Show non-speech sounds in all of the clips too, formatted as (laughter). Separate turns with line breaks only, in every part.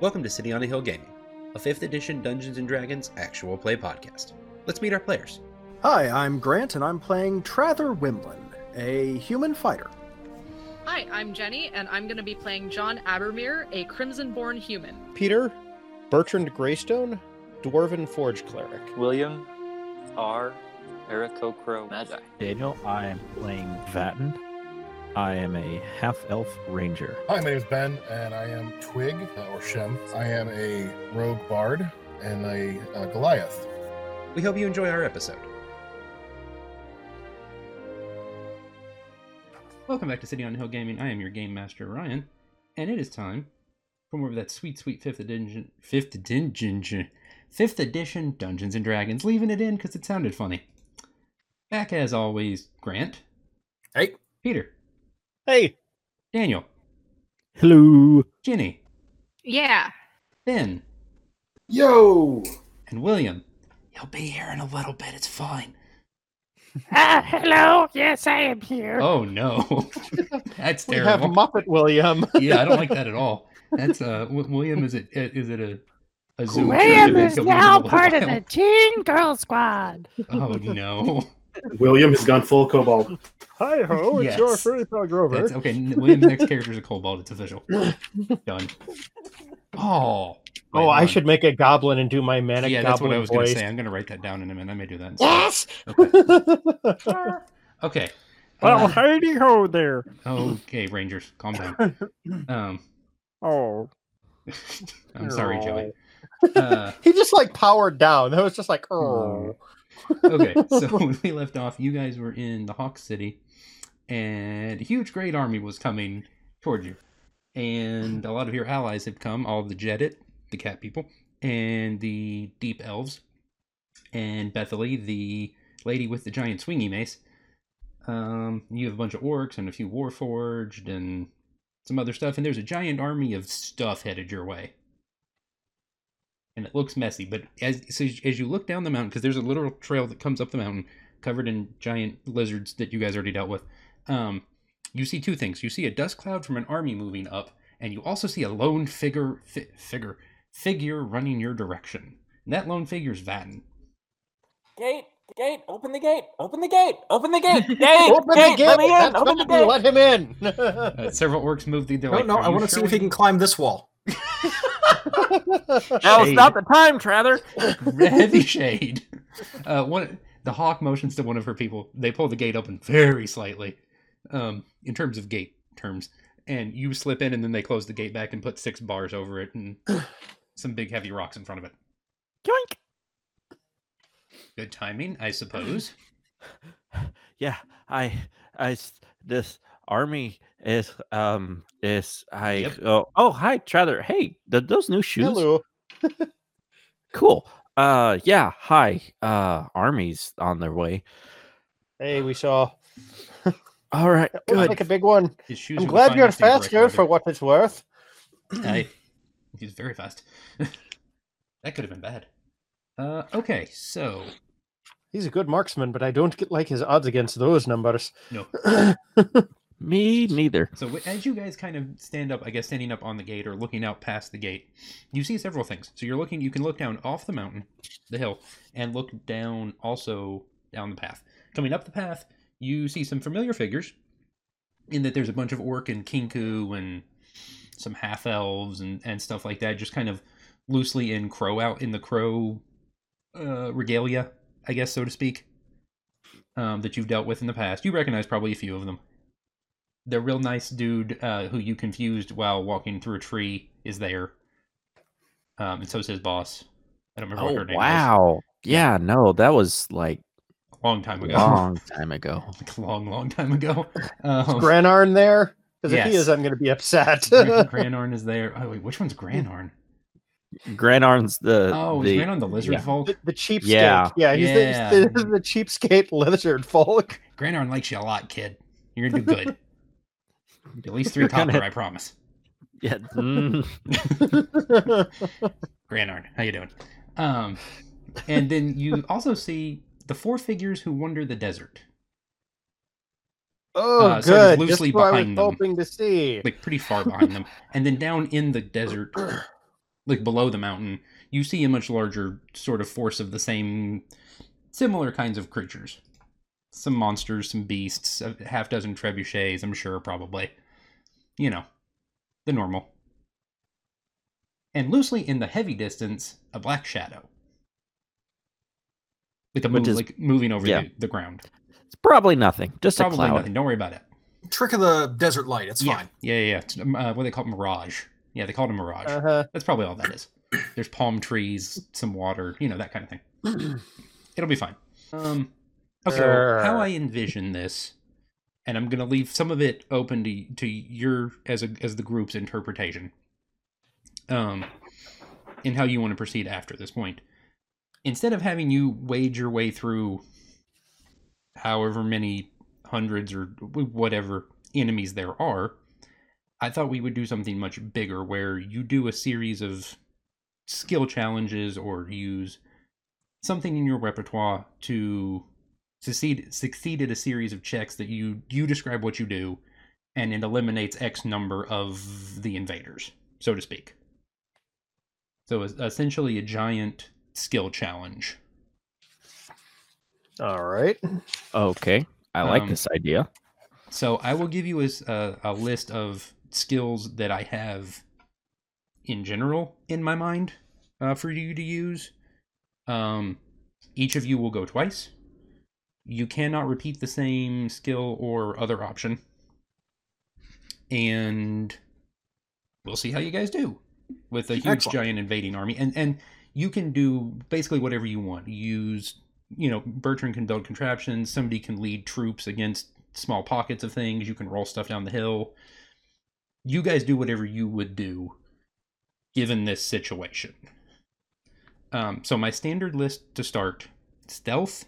Welcome to City on a Hill Gaming, a 5th edition Dungeons & Dragons actual play podcast. Let's meet our players.
Hi, I'm Grant, and I'm playing Trather Wimlin, a human fighter.
Hi, I'm Jenny, and I'm going to be playing John Abermere, a Crimson Born human.
Peter, Bertrand Greystone, Dwarven Forge Cleric.
William R. Aarakocro Magi.
Daniel. I am playing Vatten. I am a half elf ranger.
Hi, my name is Ben, and I am Twig, uh, or Shem. I am a rogue bard and a uh, Goliath.
We hope you enjoy our episode. Welcome back to City on a Hill Gaming. I am your game master Ryan, and it is time for more of that sweet, sweet fifth edition, fifth edition, fifth edition Dungeons and Dragons. Leaving it in because it sounded funny. Back as always, Grant.
Hey.
Peter.
Hey,
Daniel.
Hello.
Ginny.
Yeah.
Ben.
Yo!
and William. He'll be here in a little bit. It's fine.
Ah, hello. Yes, I am here.
Oh no, (laughs) that's
we have
terrible.
Muppet William.
yeah, I don't like that at all. That's uh, Wi- William. Is it is it a a zoo?
William
trip?
is
It was a
now
little
part of the
while.
Teen Girl Squad.
(laughs) Oh
(laughs)
no,
William has gone full cobalt.
(laughs) Hi ho,
it's your Yes.
furry dog
that's okay. n- William's next character is a kobold. It's
(laughs)
official. Done. Oh. wait,
Oh, I
hold
should make a goblin and do my
on.
manic
Yeah, that's
goblin
what I was
voice.
gonna say. I'm gonna write that down in a minute. I may do that.
(laughs)
Yes.
Okay. okay. Uh,
heidi ho there.
okay, Rangers, calm
(laughs)
down. Um,
Oh.
(laughs) I'm sorry, Joey. Uh,
(laughs) he just like powered down. That was just like, oh,
okay, so (laughs) when we left off, you guys were in the Hawk City, and a huge great army was coming toward you. And a lot of your allies had come, all the Jedit, the cat people, and the deep elves, and Bethely, the lady with the giant swingy mace. Um, you have a bunch of orcs and a few warforged and some other stuff, and there's a giant army of stuff headed your way and it looks messy. But as so as you look down the mountain, because there's a literal trail that comes up the mountain covered in giant lizards that you guys already dealt with, um, you see two things. You see a dust cloud from an army moving up, and you also see a lone figure fi- figure figure running your direction. And that lone figure's Vatten.
Gate, gate, open the gate, open the gate, open the gate, gate,
open the
gate,
gate.
let me in,
That's
open
what
the
I do,
gate.
Let him in.
Uh, several orcs move the.
No, no, I want to see if he can climb this wall.
(laughs)
Now
Shade.
it's not the time, Trather.
heavy shade. Uh, one, the hawk motions to one of her people. They pull the gate open very slightly, um, in terms of gate terms, and you slip in, and then they close the gate back and put six bars over it and (clears throat) some big heavy rocks in front of it.
Yoink.
Good timing, I suppose.
Yeah, I, I, s- this army is, um, is I.
Yep.
Oh, oh, hi, Trather. Hey, th- those new shoes.
Hello.
Cool. Uh, yeah. Hi. Uh, armies on their way.
Hey, we saw. (laughs)
All right.
Looks
Good.
like a big one.
His shoes
I'm
are the
glad you're
finest thing
fast,
Rick
for what it's worth.
Rude- Aye. He's very fast. (laughs) that could have been bad. Uh, okay, so
He's a good marksman, but I don't get like his odds against those numbers.
No.
Me neither.
So w- as you guys kind of stand up, I guess standing up on the gate or looking out past the gate, you see several things. So you're looking, you can look down off the mountain, the hill, and look down also down the path. Coming up the path, you see some familiar figures. In that there's a bunch of orc and kinku and some half elves and and stuff like that, just kind of loosely in crow out in the crow uh, regalia, I guess so to speak. Um, that you've dealt with in the past, you recognize probably a few of them the real nice dude uh, who you confused while walking through a tree is there. Um, and so's his boss. I don't remember what
Oh
her name
wow. Yeah. No, that was like
was. Long time
a
ago.
long time ago.
(laughs) Like a long, long time ago. Um, (laughs)
Granarn there? Because if he
Yes.
is, I'm going to
(laughs)
be upset.
Gran- Granarn is there. Oh wait, which one's Granarn?
Granarn's the.
Oh,
the
is Granarn the lizard
yeah.
folk?
The, (laughs) the cheapskate.
Yeah.
Yeah, (laughs) he's the-
Yeah.
The, the, cheapskate
(laughs)
lizard folk. (laughs)
Granarn likes you a lot, kid. You're gonna do good.
(laughs)
At least three
You're gonna-
copper, I promise.
(laughs) Yeah. mm.
Granarn, how you doing? Um, and then
(laughs)
you also see the four figures who wander the desert,
oh,
Uh, sort of
good. Just
loosely
what I was
behind them.
hoping to see.
(laughs)
like pretty far behind them. And then down in the desert, like below the mountain, you see a much larger sort of force of the same, similar kinds of creatures. Some monsters, some beasts, a half dozen trebuchets, I'm sure, probably. You know, the normal. And loosely in the heavy distance, a black shadow. Like a
Which
move,
is-
like moving over
yeah.
the, the ground.
It's probably nothing. Just
Probably
a cloud.
nothing. Don't worry about it.
Trick of the desert light. It's
yeah.
fine.
Yeah, yeah, yeah. It's, um, uh, what do they call it? Mirage. Yeah, they called it a mirage.
Uh-huh.
That's probably all that is. There's palm trees, some water, you know, that kind of thing. It'll be fine. Um, okay, well, how I envision this, and I'm gonna leave some of it open to to your as a as the group's interpretation. Um, and how you want to proceed after this point. Instead of having you wade your way through however many hundreds or whatever enemies there are, I thought we would do something much bigger where you do a series of skill challenges or use something in your repertoire to succeed succeed at a series of checks that you you describe what you do and it eliminates x number of the invaders so to speak so it's essentially a giant skill challenge
All right.
Okay. I like
Um,
this idea.
So I will give you a, s- a- a list of skills that I have in general in my mind uh, for you to use. Um, each of you will go twice. You cannot repeat the same skill or other option. And we'll see how you guys do with a huge
Excellent.
giant invading army. And and you can do basically whatever you want. Use you know, Bertrand can build contraptions. Somebody can lead troops against small pockets of things. You can roll stuff down the hill. You guys do whatever you would do given this situation. Um, so, my standard list to start stealth,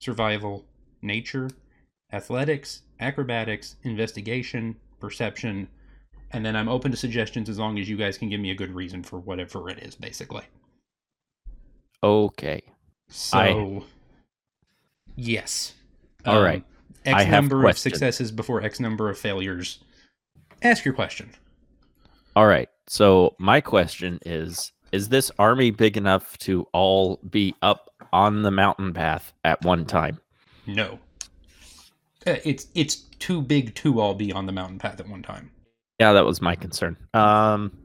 survival, nature, athletics, acrobatics, investigation, perception, and then I'm open to suggestions as long as you guys can give me a good reason for whatever it is, basically.
Okay.
So,
I-
yes. Um,
All right.
X
I have
number of
questions.
successes before X number of failures. Ask your question.
All right. So my question is: Is this army big enough to all be up on the mountain path at one time?
No. Uh, It's it's too big to all be on the mountain path at one time.
Yeah, that was my concern. Um,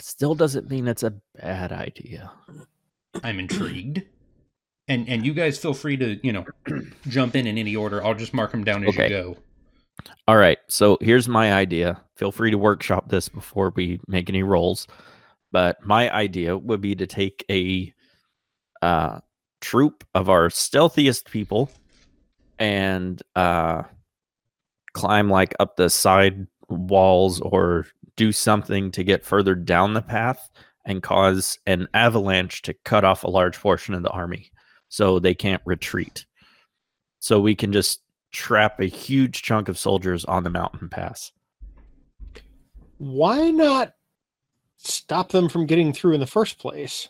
still doesn't mean it's a bad idea.
I'm intrigued. And and you guys feel free to, you know, (clears throat) jump in in any order. I'll just mark them down as
Okay.
you go.
All right. So here's my idea. Feel free to workshop this before we make any rolls. But my idea would be to take a uh, troop of our stealthiest people and uh, climb like up the side walls or do something to get further down the path and cause an avalanche to cut off a large portion of the army so they can't retreat. So we can just trap a huge chunk of soldiers on the mountain pass.
Why not stop them from getting through in the first place?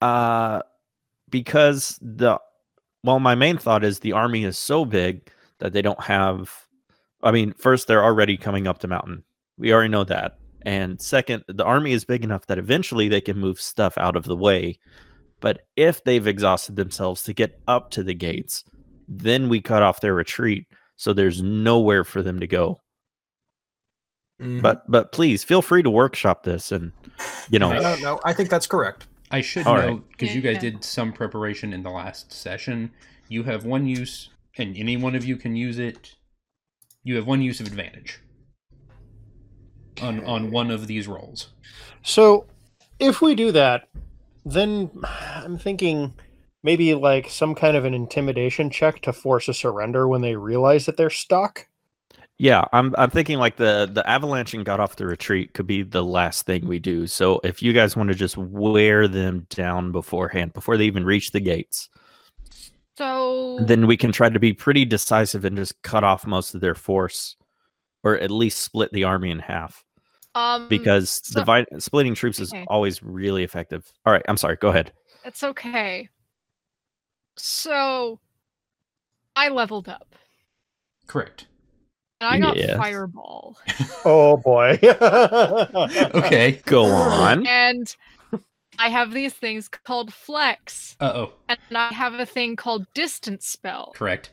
Uh because the well, my main thought is the army is so big that they don't have I mean, first they're already coming up the mountain. We already know that. And second, the army is big enough that eventually they can move stuff out of the way. But if they've exhausted themselves to get up to the gates, then we cut off their retreat. So there's nowhere for them to go. but but please feel free to workshop this and you know
no, no, no. I think that's correct.
I should
All right.
know because
Yeah,
you
you
guys
can.
did some preparation in the last session. You have one use, and any one of you can use it. You have one use of advantage on on one of these rolls.
So, if we do that, then I'm thinking maybe like some kind of an intimidation check to force a surrender when they realize that they're stuck.
yeah i'm i'm thinking like the the avalanche and got off the retreat could be the last thing we do so if you guys want to just wear them down beforehand before they even reach the gates
So
then we can try to be pretty decisive and just cut off most of their force or at least split the army in half
um
because
so-
divide, splitting troops is
okay.
always really effective all right i'm sorry go ahead
it's okay. So I leveled up.
Correct.
And I got
Yes.
fireball.
Oh boy. (laughs)
Oh.
okay.
(laughs)
Go on.
And I have these things called flex.
Uh oh.
And I have a thing called distance spell.
Correct.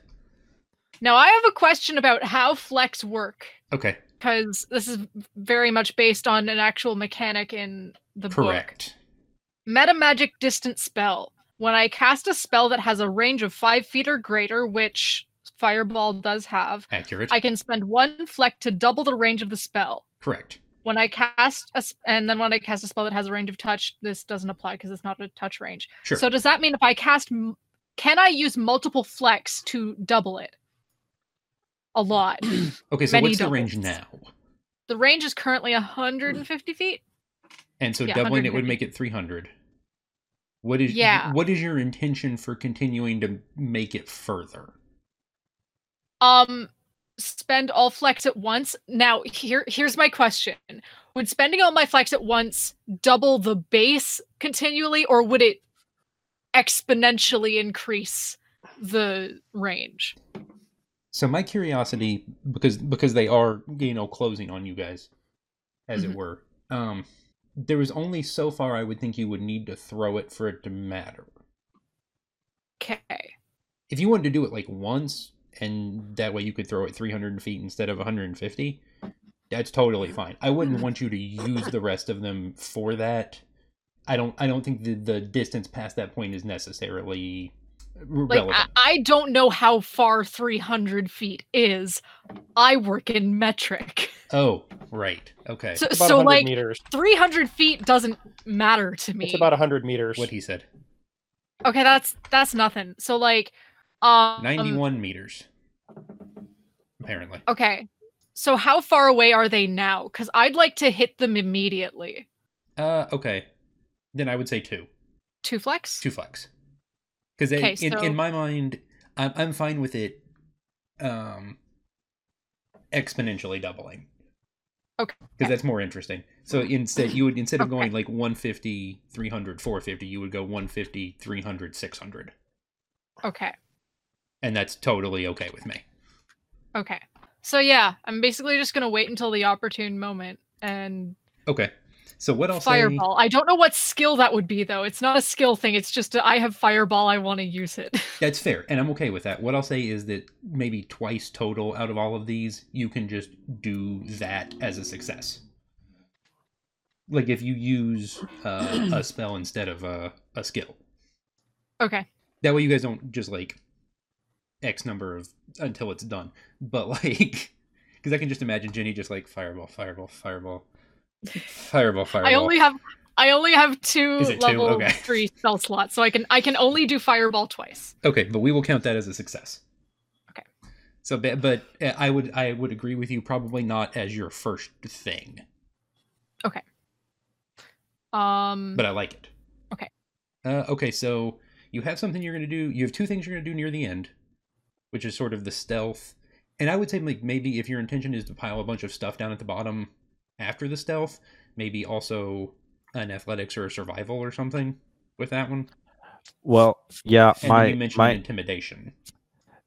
Now I have a question about how flex work
Okay.
because this is very much based on an actual mechanic in the book.
Correct.
Meta magic distance spell. When I cast a spell that has a range of five feet or greater, which Fireball does have,
Accurate.
I can spend one fleck to double the range of the spell.
Correct.
When I cast a, s- and then when I cast a spell that has a range of touch, this doesn't apply because it's not a touch range.
Sure.
So does that mean if I cast, m- can I use multiple flex to double it? A lot.
Okay, so
Many
what's the
doubles.
range now?
The range is currently 150 feet.
And so
Yeah,
doubling it would
150.
make it 300. What is
Yeah.
what is your intention for continuing to make it further?
Um, spend all flex at once. Now, here here's my question: Would spending all my flex at once double the base continually, or would it exponentially increase the range?
So my curiosity because because they are, you know, closing on you guys as
Mhm.
it were. Um there was only so far I would think you would need to throw it for it to matter.
Okay.
if you wanted to do it like once and that way you could throw it 300 feet instead of 150 that's totally fine i
Mm-hmm.
wouldn't want you to use the rest of them for that i don't i don't think the, the distance past that point is necessarily r-
Like I,
relevant
I don't know how far 300 feet is. I work in metric,
oh right okay
so,
About
so
100
like
meters.
300 feet doesn't matter to me.
It's about 100 meters.
what he said
okay, that's that's nothing. So like, um,
91 meters apparently
Okay. So how far away are they now? Because I'd like to hit them immediately.
uh okay then i would say two
Two flex?
two flex because
Okay,
in,
so-
in my mind I'm, I'm fine with it um exponentially doubling
Okay.
because that's more interesting so instead you would instead of going like 150 300 450 you would go 150 300 600
Okay.
and that's totally okay with me
Okay. So yeah, I'm basically just gonna wait until the opportune moment and
okay so what else
fireball. I don't know what skill that would be though. It's not a skill thing. It's just a, I have fireball. I want to use it. (laughs)
That's fair, and I'm okay with that. What I'll say is that maybe twice total out of all of these, you can just do that as a success. Like if you use uh, a spell instead of a, a skill.
okay.
That way you guys don't just like X number of until it's done. But (laughs) like, because I can just imagine Jenny just like fireball, fireball, fireball, fireball, fireball.
I only have I only have two
Is it two?
level
Okay.
three spell slots, so I can I can only do fireball twice.
Okay, but we will count that as a success.
Okay.
So, ba- but uh, I would I would agree with you. Probably not as your first thing,
Mm-hmm. Um.
but I like it.
Okay.
Uh, okay, so you have something you're going to do. You have two things you're going to do near the end, which is sort of the stealth. And I would say like maybe if your intention is to pile a bunch of stuff down at the bottom after the stealth, maybe also an athletics or a survival or something with that one.
Well, yeah,
And then you
my
mentioned
my
intimidation.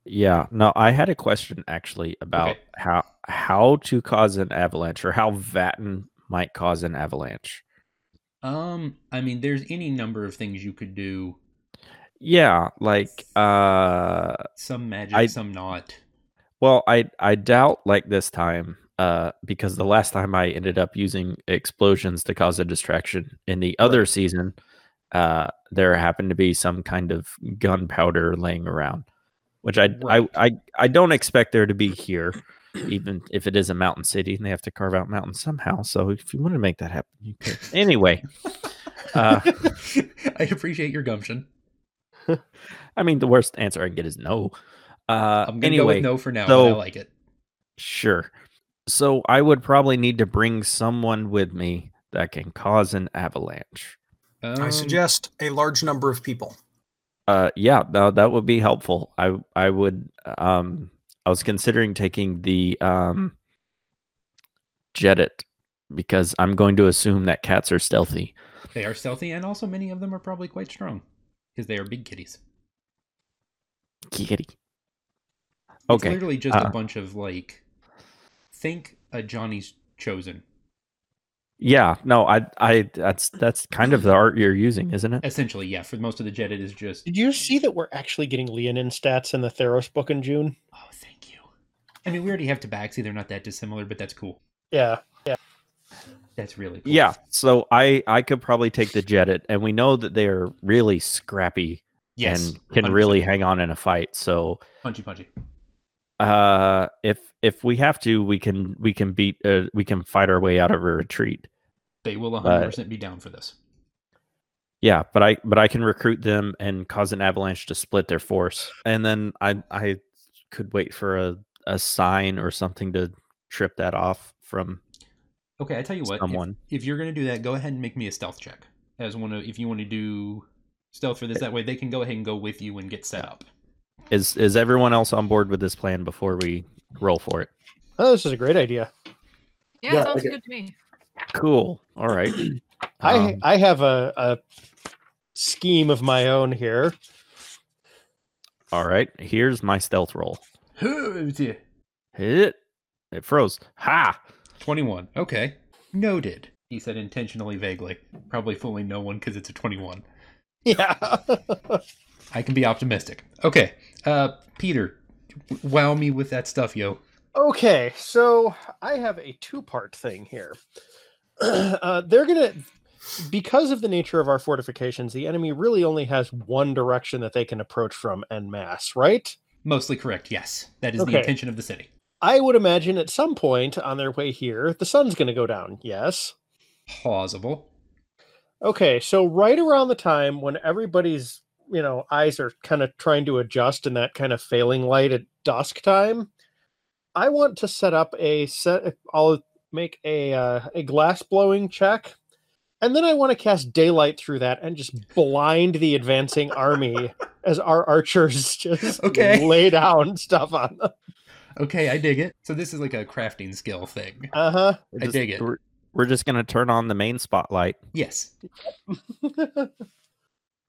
yeah. No, I had a question actually about
Okay.
how how to cause an avalanche or how Vatten might cause an avalanche.
Um, I mean, there's any number of things you could do.
Yeah, like uh
Some magic,
I-
some not.
Well, I I doubt like this time, uh, because the last time I ended up using explosions to cause a distraction. In the other season, uh, there happened to be some kind of gunpowder laying around, which I
Right.
I, I I don't expect there to be here, even if it is a mountain city and they have to carve out mountains somehow. So if you want to make that happen, you could. Anyway, uh,
(laughs) I appreciate your gumption.
I mean the worst answer I can get is no. Uh,
I'm gonna
anyway,
go with no for now. but I
so-
like it.
Sure. So I would probably need to bring someone with me that can cause an avalanche.
I
Um,
suggest a large number of people.
Uh, yeah, tha- that would be helpful. I I would um I was considering taking the um Jedit because I'm going to assume that cats are stealthy.
Um, They are stealthy, and also many of them are probably quite strong because they are big kitties.
Kitty.
It's
Okay.
literally just
uh,
a bunch of like think a Johnny's chosen.
Yeah, no, I, I, that's that's kind of the art you're using, isn't it?
Essentially, yeah. For most of the jet, it is just
Did you see that we're actually getting Leonin stats in the Theros book in June?
"Oh, I mean, we already have Tabaxi. They're not that dissimilar, but that's cool.
Yeah, yeah.
That's really cool.
Yeah, so I, I could probably take the Jedit, and we know that they are really scrappy
Yes,
and can really hang on in a fight. So,
Punchy, punchy.
uh, if if we have to, we can we can beat uh, we can fight our way out of a retreat.
They will
But-
100% be down for this.
Yeah, but I but I can recruit them and cause an avalanche to split their force, and then I I could wait for a a sign or something to trip that off from
Okay, I tell you what. if-
Someone.
If, you're going to do that, go ahead and make me a stealth check as one of if you want to do stealth for this. That way, they can go ahead and go with you and get set (laughs) up.
Is is everyone else on board with this plan before we roll for it?
Oh, this is a great idea.
Yeah,
Yeah,
sounds
okay.
good to me.
Cool. All
(clears throat)
right.
I
Um,
I have a, a scheme of my own here.
all right. Here's my stealth roll.
Twenty-one.
Hit. It froze. Ha.
Okay, noted. He said intentionally vaguely, probably fooling no one because it's a twenty-one.
(laughs) Yeah.
I can be optimistic. Okay, uh, Peter, w- wow me with that stuff, yo.
(laughs) Okay, so I have a two-part thing here. (clears throat) uh, they're gonna, because of the nature of our fortifications, the enemy really only has one direction that they can approach from en masse, right?
Mostly correct. Yes, that is
Okay.
the intention of the city.
I would imagine at some point on their way here, the sun's gonna go down. Yes.
Plausible.
Okay, so right around the time when everybody's, you know, eyes are kind of trying to adjust in that kind of failing light at dusk time, I want to set up a set uh, I'll make a uh, a glass blowing check. And then I want to cast daylight through that and just blind the advancing army as our archers (laughs) just
Okay.
lay down stuff on them.
Okay, I dig it. So this is like a crafting skill thing.
Uh-huh. (laughs)
I dig it.
We're, we're just gonna turn on the main spotlight.
Yes.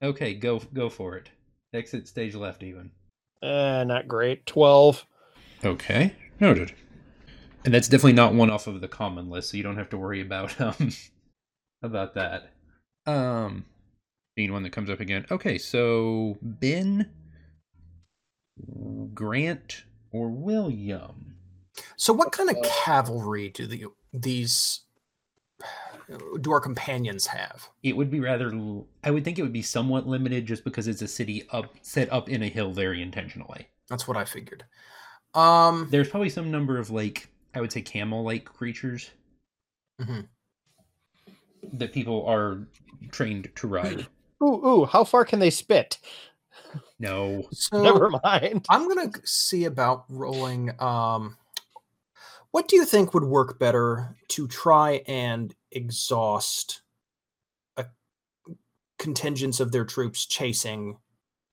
okay, go go for it. Exit stage left even.
Uh, not great. 12.
Okay. Noted. And that's definitely not one off of the common list, so you don't have to worry about (laughs) um about that. Um being one that comes up again. Okay, so Ben Grant or William.
So, what kind of
Uh,
cavalry do the these do our companions have?
It would be rather l- I would think it would be somewhat limited just because it's a city up set up in a hill very intentionally.
That's what I figured. Um,
there's probably some number of like I would say camel-like creatures
Mhm.
that people are trained to ride.
Ooh, ooh, how far can they spit? (laughs)
No,
So
Never mind.
I'm gonna g- see about rolling. Um, what do you think would work better to try and exhaust a contingents of their troops chasing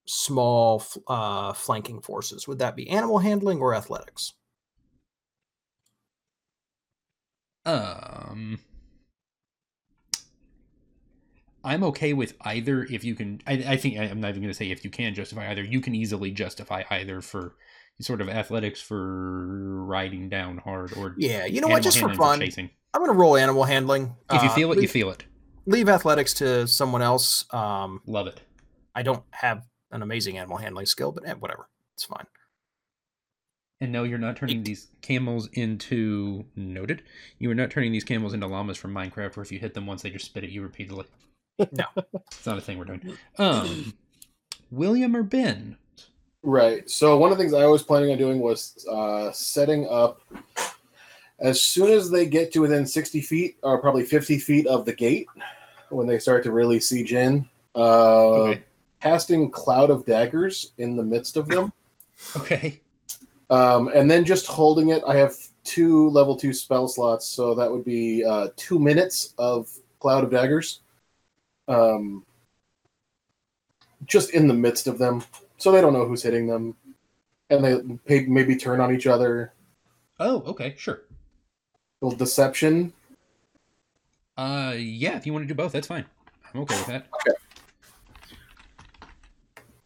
small f- uh, flanking forces? Would that be animal handling or athletics?
um, I'm okay with either if you can. I, I think I- I'm not even going to say if you can justify either. You can easily justify either for sort of athletics for riding down hard or
Yeah, you know what?
animal
Just for
handling
fun,
chasing.
I'm gonna roll animal handling.
If you
Uh,
feel it, you
leave-
feel it.
Leave athletics to someone else. Um,
Love it.
I don't have an amazing animal handling skill, but eh, whatever, it's fine.
And no, you're not turning these camels into noted. You are not turning these camels into llamas from Minecraft, where if you hit them once, they just spit at you repeatedly.
No,
It's not a thing we're doing. Um, William or Ben?
Right. So one of the things I was planning on doing was uh, setting up as soon as they get to within 60 feet or probably 50 feet of the gate when they start to really siege in, uh, casting cloud of daggers in the midst of them.
Okay.
Um, and then just holding it, I have two level two spell slots, so that would be uh, two minutes of cloud of daggers, um, just in the midst of them, so they don't know who's hitting them, and they may- maybe turn on each other.
Oh, okay, sure.
Little deception.
Uh, yeah. If you want to do both, that's fine. I'm okay with that.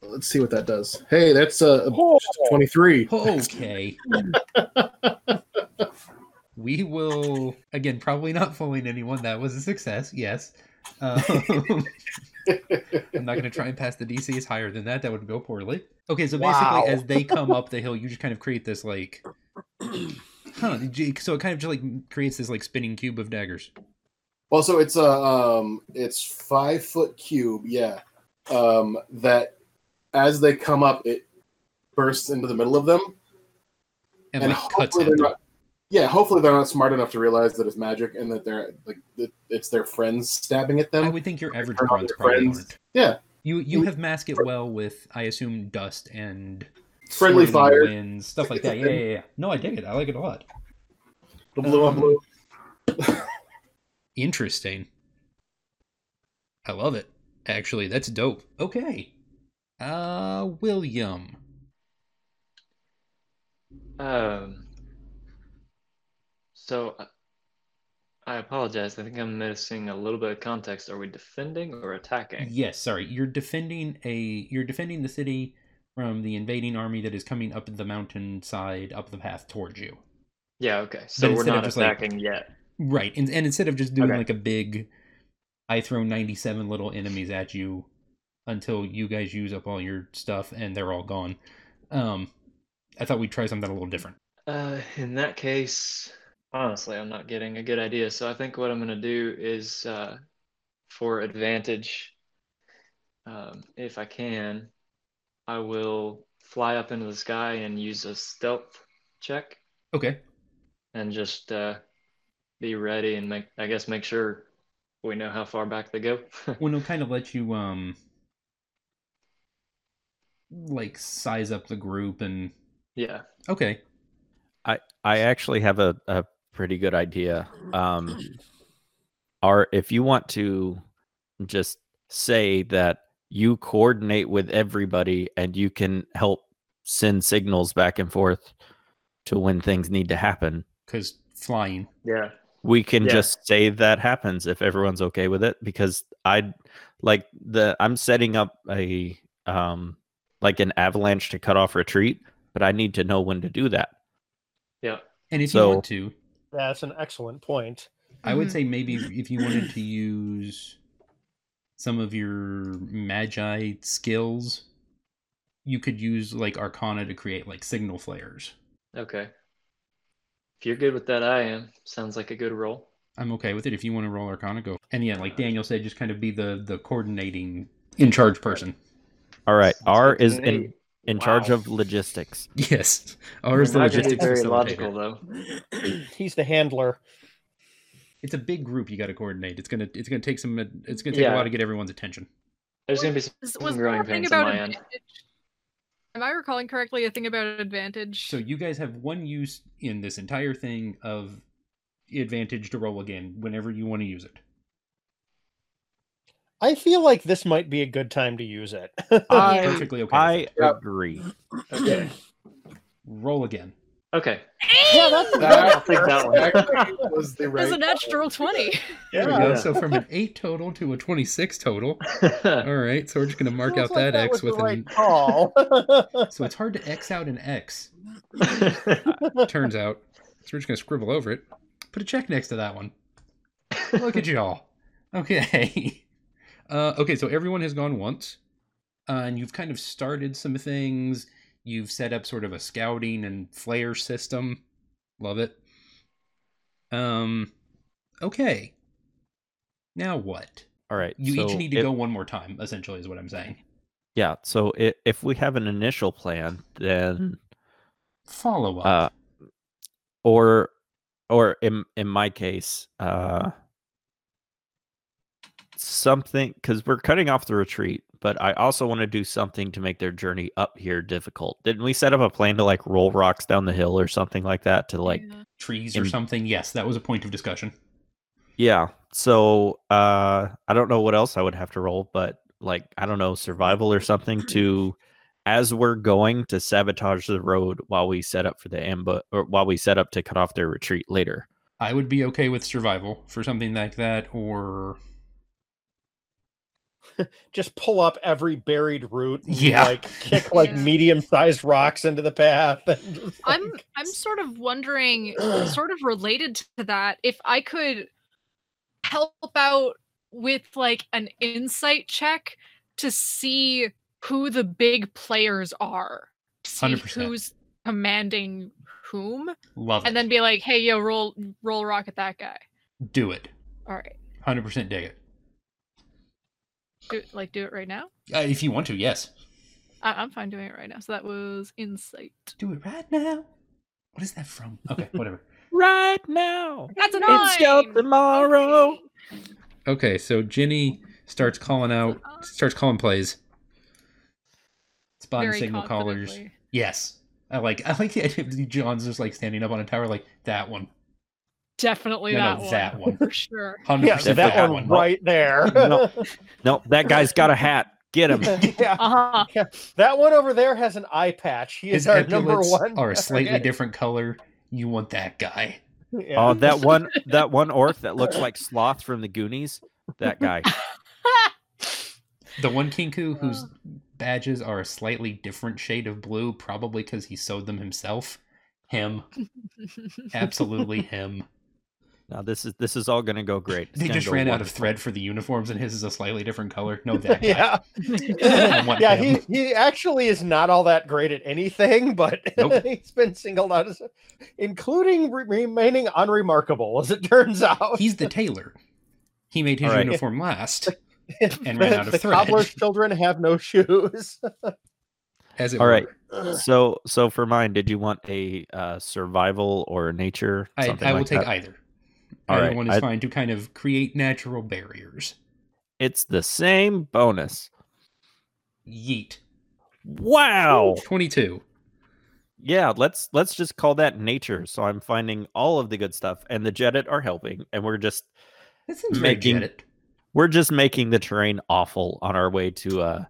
Let's see what that does. Hey, that's a, a 23.
Okay. (laughs) we will again probably not fooling anyone. That was a success. Yes. Um, (laughs) I'm not going to try and pass the DC. It's higher than that. That would go poorly. Okay, so basically,
Wow.
as they come up the hill, you just kind of create this like, (clears throat) huh? gee, So it kind of just like creates this like spinning cube of daggers.
Well, so it's a um, it's five foot cube, yeah. Um, that as they come up, it bursts into the middle of them,
And, like, cuts
hopefully they're
into
not. Yeah, hopefully they're not smart enough to realize that it's magic and that they're like that it's their friends stabbing at them. I
would think your average
friends,
probably
Yeah.
You you have masked it well with I assume dust and swirling
Friendly fire.
winds, stuff like that. Yeah, yeah, yeah. No, I dig it. I like it a lot.
The blue on blue.
(laughs) Interesting. I love it. Actually, that's dope. Okay. Uh, William.
Um. So, I- I apologize. I think I'm missing a little bit of context. Are we defending or attacking?
Yes, sorry. You're defending a you're defending the city from the invading army that is coming up the mountainside, up the path towards you.
Yeah. Okay.
But
So we're
instead of
not
just, like,
attacking yet.
Right, and, and instead of just doing
Okay.
like a big, I throw ninety seven little enemies at you until you guys use up all your stuff and they're all gone. Um, I thought we'd try something a little different.
Uh, in that case, honestly, I'm not getting a good idea. So I think what I'm going to do is, uh, for advantage, um, if I can, I will fly up into the sky and use a stealth check
Okay,
and just uh, be ready and make, I guess, make sure we know how far back they go. (laughs)
well, no, kind of let you um, like size up the group and
Yeah.
okay,
I I actually have a, a pretty good idea. Um, are if you want to just say that you coordinate with everybody and you can help send signals back and forth to when things need to happen.
because flying.
Yeah.
We can
Yeah.
just say that happens if everyone's okay with it because I'd like the I'm setting up a um like an avalanche to cut off retreat, but I need to know when to do that.
Yeah.
And if
So-
you want to,
That's an excellent point.
I would say maybe if you wanted to use some of your magi skills, you could use like Arcana to create like signal flares.
Okay. If you're good with that, I am. Sounds like a good roll.
I'm okay with it if you want to roll Arcana. Go and yeah, like Daniel said, just kind of be the the coordinating in charge person. (laughs)
All right. R
good to
is in,
me.
in charge of logistics.
Yes.
R is the Not gonna be logistics very logical,
though. (clears throat) He's the handler.
It's a big group you got to coordinate. It's gonna it's gonna take some it's gonna take a
Yeah.
while to get everyone's attention.
There's gonna be (laughs) some
Was- was
growing
there a thing
pains on
about
my end.
advantage? Am I recalling correctly a thing about advantage?
So you guys have one use in this entire thing of advantage to roll again whenever you want to use it.
I feel like this might be a good time to use it. (laughs)
Uh,
I, I agree.
Okay.
Roll again.
Okay.
Yeah, that's
I'll take that one.
was the
There's a natural 20.
There we go. So from an eight total to a twenty-six total.
(laughs)
All right. So we're just gonna mark out
Feels like
that, X
was
with
the
an. (laughs)
right call.
So it's hard to X out an X. Turns out. So we're just gonna scribble over it. Put a check next to that one. Look at y'all. Okay. (laughs) Uh, okay. So everyone has gone once, uh, and you've kind of started some things. You've set up sort of a scouting and flare system. Love it. Um. Okay. Now what?
All right.
You each
so
need to
if-
go one more time. Essentially, is what I'm saying.
Yeah. So i if we have an initial plan, then
Follow up.
uh, or or in in my case, uh, something because we're cutting off the retreat, but I also want to do something to make their journey up here difficult. Didn't we set up a plan to like roll rocks down the hill or something like that to like
trees or
in-
something. Yes, that was a point of discussion.
Yeah. So uh I don't know what else I would have to roll, but like I don't know, survival or something to as we're going to sabotage the road while we set up for the ambush or while we set up to cut off their retreat later.
I would be okay with survival for something like that, or
(laughs) just pull up every buried root and
Yeah.
like kick like medium sized rocks into the path (laughs) and just-
I'm I'm sort of wondering, sort of related to that, if I could help out with like an insight check to see who the big players are. See
100%.
who's commanding whom.
Love
and
it.
then be like, hey yo, roll roll a rock at that guy.
Do it.
All right.
100% dig it.
Do it, like do it right now.
Uh, if you want to, yes.
I- I'm fine doing it right now. So that was insight.
Do it right now. What is that from? Okay, (laughs) whatever.
Right now.
That's a
It's still
nine.
tomorrow.
Okay, so Jenny starts calling out, starts calling plays. Spotting
Very
signal callers.
confidently.
Yes, I like. I like the idea of John's just like standing up on a tower, like that one.
Definitely
No, no,
that, one.
that one.
(laughs) For sure.
(laughs) 100%
Yeah,
for
that one right
(laughs)
there. (laughs)
No. no, that guy's got a hat. Get him.
yeah.
Uh-huh.
yeah. That one over there has an eye patch. He
His
is our number
epaulets
one. (laughs)
are a slightly
target.
different color. You want that guy?
Yeah.
Oh, that one that one orc that looks like Sloth from the Goonies. That guy.
The one
(laughs)
kinku whose badges are a slightly different shade of blue, probably because he sewed them himself.
(laughs)
Him, absolutely him.
Now this is this is all gonna go great. It's
They
gonna
just
go
ran out of
wonderful.
thread for the uniforms, and his is a slightly different color.
(laughs)
No, that guy.
yeah.
(laughs) I want
yeah,
him.
he, he actually is not all that great at anything, but (laughs)
Nope.
he's been singled out as including re- remaining unremarkable, as it turns out.
He's the tailor. He made his
All right.
uniform last, (laughs)
(laughs)
and ran out
the
of
the
thread.
cobbler's children have no shoes. (laughs)
as it
All
were.
right. So so for mine, did you want a uh, survival or nature?
I,
something
I will
like
take
that?
either.
All
either
right,
one is
I-
fine to kind of create natural barriers.
It's the same bonus.
Yeet.
Wow.
Twenty-two.
Yeah, let's let's just call that nature. So I'm finding all of the good stuff, and the Jedit are helping, and we're just
That seems
Making-
very Jedi.
we're just making the terrain awful on our way to uh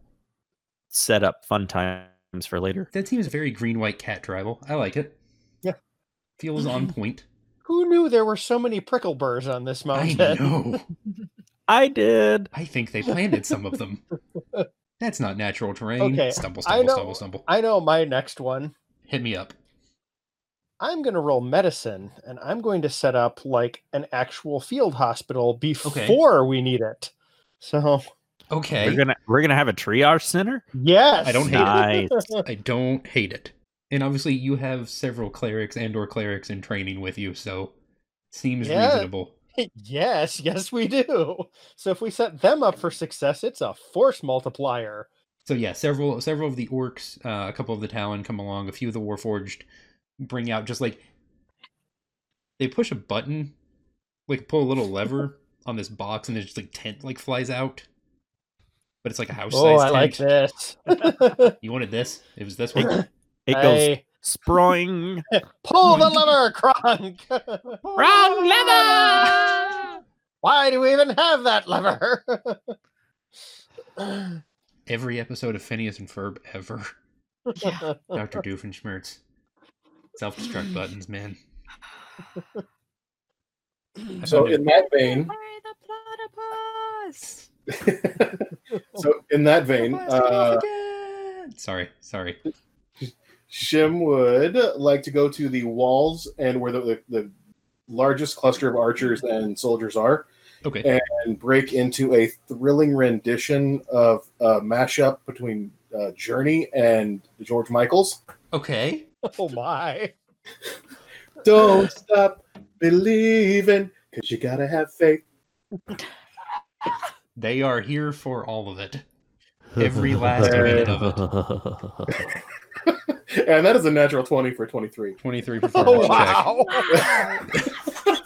set up fun times for later.
That seems very green-white cat tribal. I like it.
Yeah.
feels
(laughs)
on point.
Who knew there were so many prickle burrs on this
I
mountain?
know.
I did.
I think they planted some of them. That's not natural terrain.
Okay,
Stumble,
I
stumble,
know-
stumble, stumble.
(laughs) I know my next one.
Hit me up.
I'm going to roll medicine and I'm going to set up like an actual field hospital before we need it. So,
Okay.
We're gonna we're gonna have a triage center.
yes.
I don't hate it.
Nice.
(laughs)
I don't hate it. And obviously, you have several clerics and/or clerics in training with you, so seems
Yeah.
reasonable.
yes, yes, we do. So if we set them up for success, it's a force multiplier.
So yeah, several several of the orcs, uh, a couple of the Talon come along. A few of the Warforged bring out just like they push a button, like pull a little
(laughs)
lever on this box, and there's just like tent like flies out. But it's like a house
Oh,
size
I like
tent.
this. (laughs)
You wanted this? It was
(clears throat)
this one.
It goes
I
(laughs) sproing.
pull the lever, Kronk. (laughs)
Wrong lever!
Why do we even have that lever? (laughs)
Every episode of Phineas and Ferb ever. Doctor Doofenshmirtz. Self destruct buttons, man. I
So
found it-
in that vein, (laughs) so in that vein, uh,
sorry, sorry.
Shim would like to go to the walls and where the, the, the largest cluster of archers and soldiers are
Okay.
and break into a thrilling rendition of a mashup between uh, Journey and George Michaels.
Okay.
oh my.
Don't stop believing because you got to have faith.
They are here for all of it. Every last minute of
And that is a natural 20 for 23.
23
(laughs) Oh
performance check.
(laughs)
wow.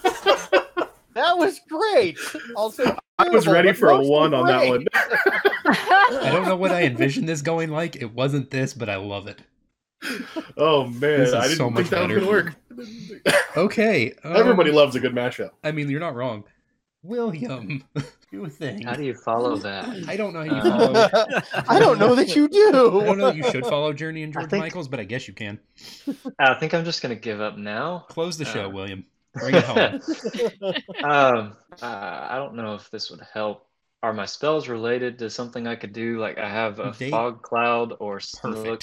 that was great. Also,
I was
terrible,
ready
but
for a
mostly
one on that
great.
one.
I don't know what I envisioned this going like. It wasn't this, but I love it.
Oh man,
This is
I didn't
so
think
much
that was gonna
better.
work.
Okay. um,
Everybody loves a good mashup.
I mean, you're not wrong. William, (laughs) do a thing.
(laughs) How do you follow that?
I don't know how you
Uh,
follow.
(laughs)
(laughs)
(laughs) I don't know that you do.
I don't know that you should follow Journey and
I
George
think-
Michaels, but I guess you can.
I think I'm just gonna give up now.
Close the show,
Uh,
(laughs)
William. Bring it home.
um, uh, I don't know if this would help. are my spells related to something I could do? Like I have a
They-
fog cloud or snook,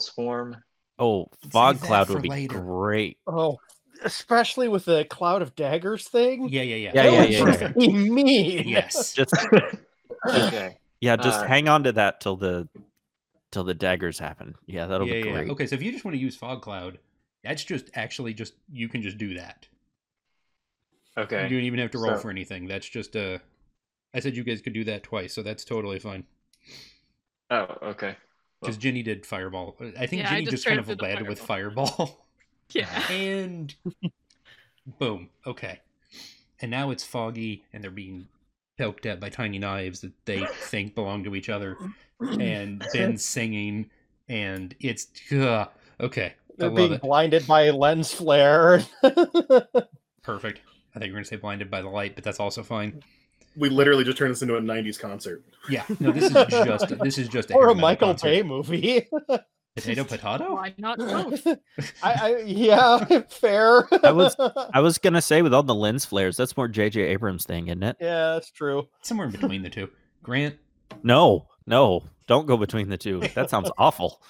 (clears throat)
swarm.
Oh,
Fog
fog
that
cloud
for
would be
later.
great.
Oh, especially with the cloud of daggers thing.
Yeah, yeah, yeah.
Yeah,
That
yeah,
would
yeah, yeah.
(laughs)
be mean.
Just
Okay.
(laughs) yeah, just
Uh,
hang on to that till the till the daggers happen. Yeah, that'll be great.
Okay, so if you just want to use fog cloud, that's just actually just you can just do that.
Okay.
You don't even have to roll
So-
for anything. That's just uh I said you guys could do that twice, so that's totally fine.
Oh, okay.
Because Jenny did fireball. I think
Yeah, I
Jenny
just
just
straight
kind
up
of
did the
led with fireball.
(laughs) Yeah.
(laughs) And boom. Okay. And now it's foggy and they're being poked at by tiny knives that they think belong to each other.
(laughs)
And then singing and it's ugh. okay.
They're
I love
being
it.
blinded by a lens flare. (laughs)
Perfect. I think you are gonna say blinded by the light, but that's also fine.
We literally just turned this into a '90s concert.
(laughs)
Yeah. No, this is just this is just a
or
hair
a
metal
Michael
concert.
Bay movie.
Potato potato?
Why not
(laughs)
both?
(laughs) I, I yeah, (laughs) fair.
I was
(laughs)
I was gonna say with all the lens flares, that's more JJ Abrams thing, isn't it?
yeah, that's true.
Somewhere in between the two. Grant.
No, no, don't go between the two. That sounds awful.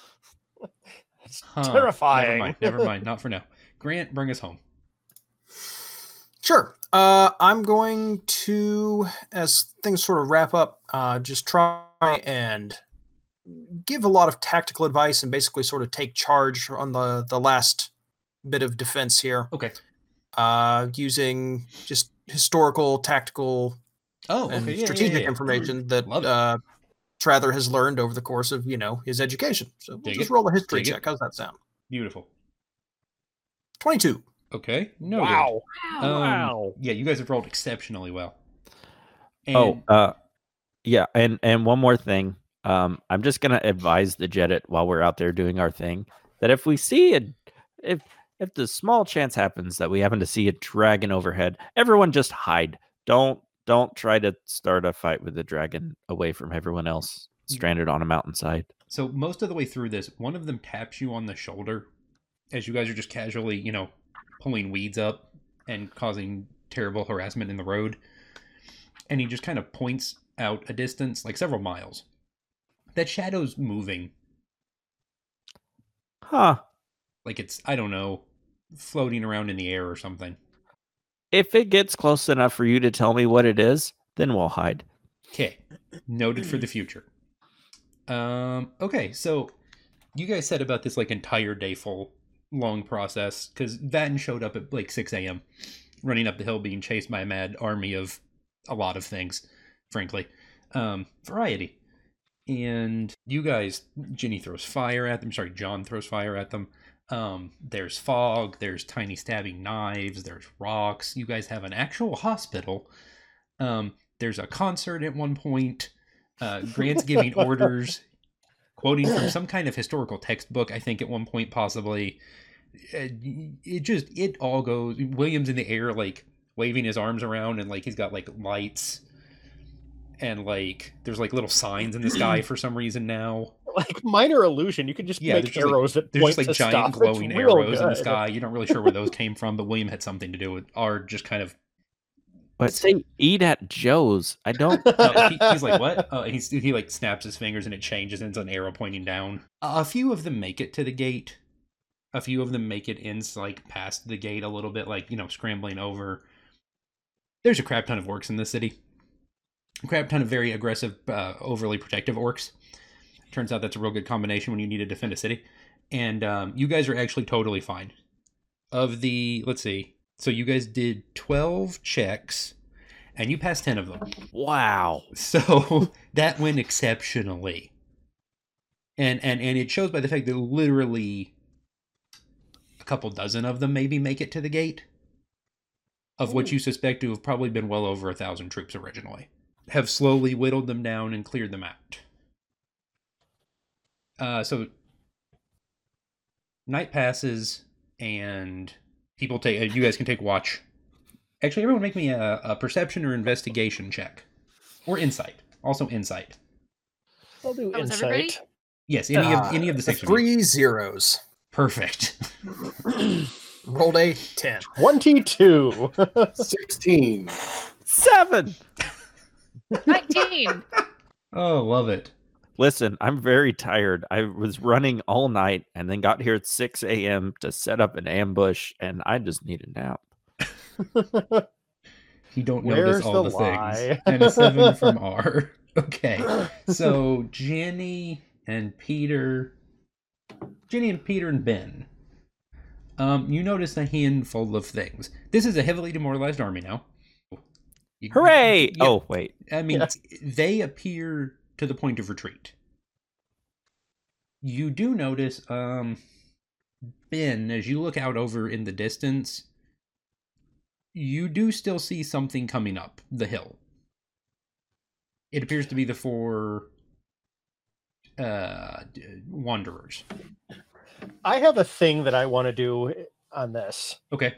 Huh. Never
Terrifying.
mind, never mind, not for now. Grant, bring us home.
Sure. Uh, I'm going to, as things sort of wrap up, uh, just try and give a lot of tactical advice and basically sort of take charge on the, the last bit of defense here.
Okay.
Uh, using just historical, tactical,
Oh,
and
okay, yeah, yeah,
strategic
yeah.
information that
Love it.
uh, Trather has learned over the course of, you know, his education. So we'll
Dig
just
it.
roll a history
Dig it.
check. How's that sound?
Beautiful.
22.
Okay. No.
Wow.
Um,
Wow.
Yeah, you guys have rolled exceptionally well.
oh, uh, yeah, and and one more thing. Um, I'm just gonna advise the Jedit while we're out there doing our thing that if we see a if if the small chance happens that we happen to see a dragon overhead, everyone just hide. Don't don't try to start a fight with the dragon away from everyone else stranded on a mountainside.
So most of the way through this, one of them taps you on the shoulder as you guys are just casually, you know, pulling weeds up and causing terrible harassment in the road. And he just kind of points out a distance, like several miles. That shadow's moving.
Huh.
Like it's, I don't know, floating around in the air or something.
If it gets close enough for you to tell me what it is, then we'll hide.
Okay. Noted for the future. Um, okay, so you guys said about this like entire day full long process because Van showed up at like 6 a.m. running up the hill being chased by a mad army of a lot of things, frankly. Um, variety. And you guys, Ginny throws fire at them. Sorry, John throws fire at them. Um, there's fog, there's tiny stabbing knives, there's rocks. You guys have an actual hospital. Um, there's a concert at one point. Uh, Grant's giving orders, quoting from some kind of historical textbook, I think, at one point, possibly. Uh, It just, it all goes. William's in the air, like waving his arms around, and like he's got like lights. And like, there's like little signs in the sky for some reason now.
(laughs) Like minor illusion. You could just
Yeah, there's
make
just, like-
arrows that
There's
point
just like
to
giant
stuff. It's
glowing
real
arrows in the
good. (laughs)
sky. You're not really sure where those came from, but William had something to do with, or just kind of
But say eat at Joe's. I don't
(laughs)
No, he, he's like, what? Oh, he's, he like snaps his fingers and it changes and it's an arrow pointing down. A few of them make it to the gate. A few of them make it in like past the gate a little bit, like you know, scrambling over. There's a crap ton of orcs in this city. A crap ton of very aggressive, uh, overly protective orcs. Turns out that's a real good combination when you need to defend a city. And um, you guys are actually totally fine. Of the, let's see, so you guys did twelve checks, and you passed ten of them.
Wow.
So (laughs) that went exceptionally. And and and it shows by the fact that literally a couple dozen of them maybe make it to the gate. Of what you suspect to have probably been well over a thousand troops originally. Have slowly whittled them down and cleared them out. Uh so night passes and people take uh, you guys can take watch. Actually everyone make me a, a perception or investigation check. Or insight. Also insight.
I'll do
That was everybody?
insight.
Yes, any
Ah,
of any of
Uh,
the six. of you.
Three zeros.
Perfect. (laughs)
Rolled a 10.
22.
16.
Seven.
Nineteen.
Oh, love it.
Listen, I'm very tired. I was running all night and then got here at 6 a.m. to set up an ambush, and I just need a nap.
You don't
Where's
notice all
the
the,
lie?
things. (laughs) And a
(laughs)
seven from R. (laughs) Okay. So Jenny and Peter Jenny and Peter and Ben. Um, you notice a handful of things. This is a heavily demoralized army now. Oh, You-
Hooray!
yeah,
Oh,
(laughs)
wait.
I mean they appear to the point of retreat. You do notice, um Ben, as you look out over in the distance, you do still see something coming up the hill. It appears to be the four uh d- wanderers.
(laughs) I have a thing that I want to do on this.
Okay.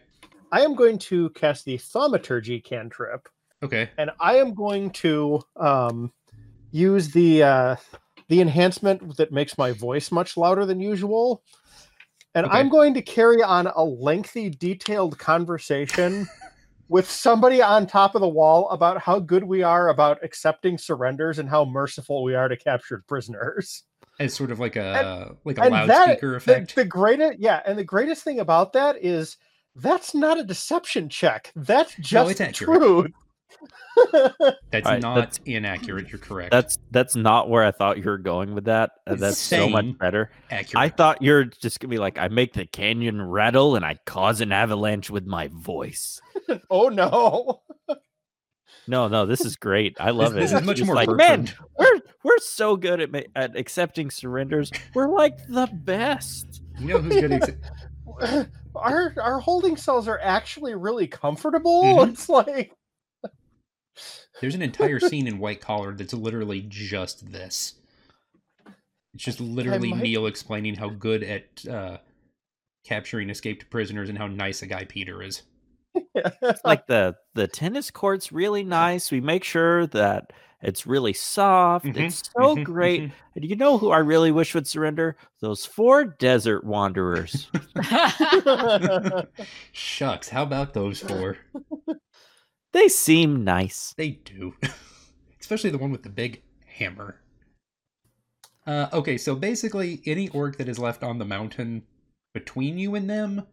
I am going to cast the thaumaturgy cantrip,
Okay.
and I am going to um, use the uh, the enhancement that makes my voice much louder than usual. And I'm going to carry on a lengthy,
(laughs)
detailed conversation with somebody on top of the wall about how good we are about accepting surrenders and how merciful we are to captured prisoners
As sort of like a like a
and that
loudspeaker effect.
The, the greatest, yeah, and the greatest thing about that is that's not a deception check. That's
it's
just
accurate.
truth. (laughs)
That's
All right,
not
that's-
inaccurate, you're correct.
That's that's not where I thought you were going with that. Uh, That's so
Same.
much better.
Accurate.
I thought you're just gonna be like, I make the canyon rattle and I cause an avalanche with my voice.
oh no!
No, no, this is great. I love
this
it.
is
It's
much
just
more
like,
Bertrand.
man. We're we're so good at ma- at accepting surrenders. We're like the best.
You know who's good? At,
(coughs) our our holding cells are actually really comfortable.
Mhm.
(laughs) It's like
There's an entire scene in White Collar that's literally just this. It's just literally
might-
Neil explaining how good at uh, capturing escaped prisoners and how nice a guy Peter is.
(laughs)
It's like the the tennis court's really nice. We make sure that it's really soft. It's
(laughs)
so
mhm,
great. And you know who I really wish would surrender? Those four desert wanderers.
(laughs)
(laughs)
Shucks, how about those four?
they seem nice.
They do. (laughs) Especially the one with the big hammer. Uh, okay, so basically, any orc that is left on the mountain between you and them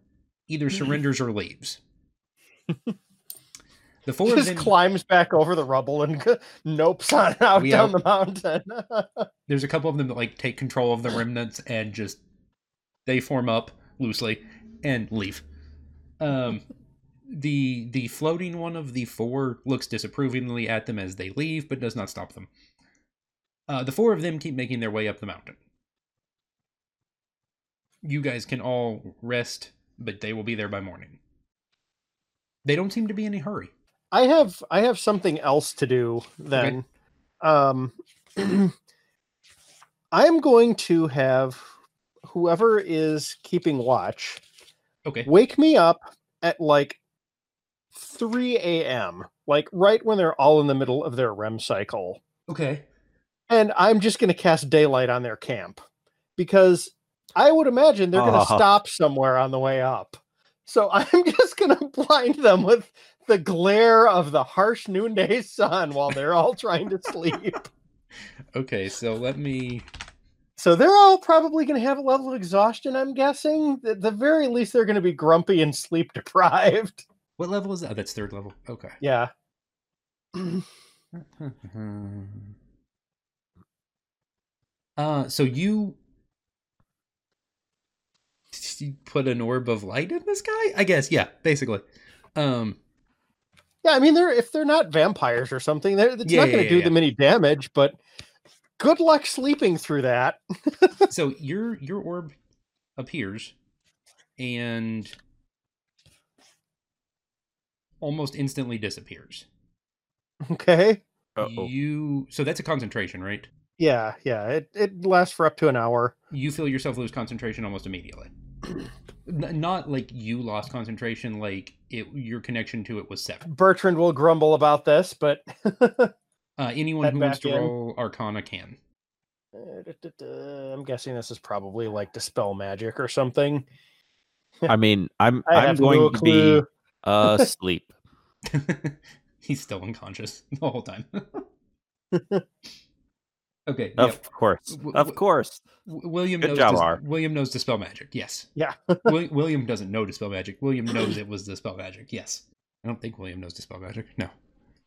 either surrenders or leaves. the four of
just
them,
climbs back over the rubble and nopes on (laughs) out
We
down
out.
the mountain. (laughs)
there's a couple of them that like take control of the remnants and just they form up loosely and leave. Um, the the floating one of the four looks disapprovingly at them as they leave, but does not stop them. Uh, the four of them keep making their way up the mountain. You guys can all rest, but they will be there by morning. They don't seem to be in a hurry.
I have I have something else to do then. Um (clears throat) I'm going to have whoever is keeping watch
Okay.
wake me up at like 3 a.m. like right when they're all in the middle of their REM cycle.
Okay.
And I'm just going to cast daylight on their camp because I would imagine they're going to
Oh.
stop somewhere on the way up. So (laughs) I'm just going to blind them with the glare of the harsh noonday sun while they're all trying to sleep.
Okay, so let me
So they're all probably going to have a level of exhaustion, I'm guessing. At the very least, they're going to be grumpy and sleep deprived. (laughs)
What level is that? Oh, that's third level. Okay.
Yeah. (clears throat)
(laughs) uh, so you you put an orb of light in this guy? I guess, yeah, basically. Um,
Yeah, I mean, they're if they're not vampires or something, they're, it's
Yeah,
not
yeah,
going to
yeah,
do
yeah.
them any damage. But good luck sleeping through that. (laughs)
so your your orb appears, and almost instantly disappears.
Okay.
You so that's a concentration, right?
Yeah, yeah. It it lasts for up to an hour.
you feel yourself lose concentration almost
(clears throat)
immediately. N- not like you lost concentration, like it your connection to it was severed.
Bertrand will grumble about this, but (laughs)
Uh, anyone
Head
who wants
back
to
in.
roll Arcana can. (laughs)
I'm guessing this is probably like dispel magic or something.
I mean, I'm
I
I'm
have
going
no
to
clue. (laughs)
be asleep.
(laughs)
(laughs)
He's still unconscious the whole time. Okay.
Of
yep.
course.
W-
of
w-
course.
W- William
Good
knows
job,
dis-
R.
William knows dispel magic. Yes.
Yeah. (laughs)
William, William doesn't know dispel magic. William knows it was dispel magic. Yes. I don't think William knows dispel magic. No.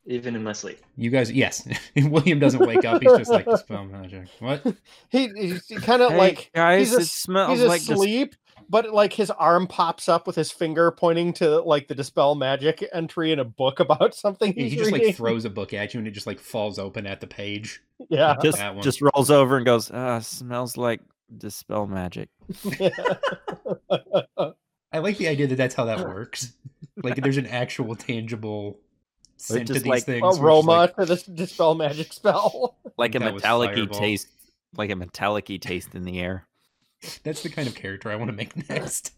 even in my sleep.
You guys, yes. (laughs) William doesn't wake up. He's just like dispel magic. What?
He, he's kind of
Hey,
like
guys,
he's
it smells
he's
like dis-
asleep, but like his arm pops up with his finger pointing to like the dispel magic entry in a book (laughs) about something.
And
He's
he just
reading.
like throws a book at you, and it just like falls open at the page.
Yeah.
Like
Just
that one.
just rolls over and goes, ah, smells like dispel magic.
(laughs)
I like the idea that that's how
(laughs)
that works. like there's an actual tangible scent to
just
these
like
things. which is
aroma
like-
to this dispel magic
(laughs)
spell.
Like a
That was
metallic
fireball.
taste like a metallic taste in the air.
that's the kind of character I want to make (laughs) next.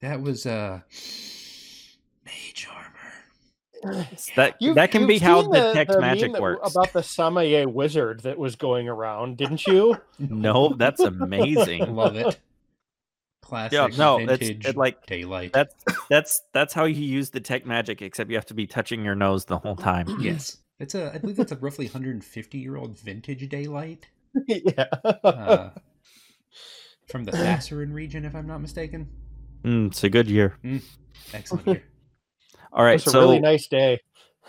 that was uh mage armor.
That
You've-
that can
you've
be how
seen
detect
the
magic
meme that-
works.
about the Samaye wizard that was going around, didn't
(laughs)
you? (laughs)
No, that's amazing.
Love
(laughs)
it. Classic
Yeah, no, it's
vintage
it like
daylight.
(clears throat) that's that's that's how you use the tech magic, except you have to be touching your nose the whole time.
(clears throat)
(clears throat)
yes. It's a I believe that's a roughly 150 year old vintage daylight.
yeah. (laughs)
(laughs)
Uh, from the Sassarin region, if I'm not mistaken.
Mm, it's a good year.
(laughs) Excellent year.
All right,
it's a
so
really nice day.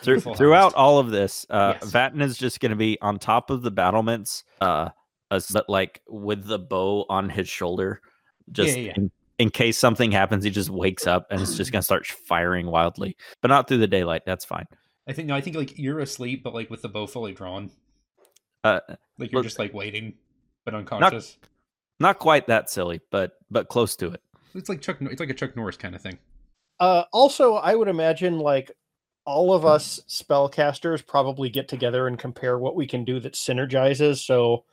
Through,
Full
throughout all of this, uh,
Yes.
Vatten is just going to be on top of the battlements, uh, as- but like with the bow on his shoulder,
Yeah,
just
yeah, yeah.
In, in case something happens, he just wakes up and is just going to start firing wildly, but not through the daylight. That's fine.
I think no, I think like you're asleep, but like with the bow fully drawn.
Uh,
Like you're
Look-
just like waiting, but unconscious.
not quite that silly, but but close to it.
It's like Chuck. Nor- It's like a Chuck Norris kind of thing.
Uh, also, I would imagine like all of
Hmm.
us spellcasters probably get together and compare what we can do that synergizes. So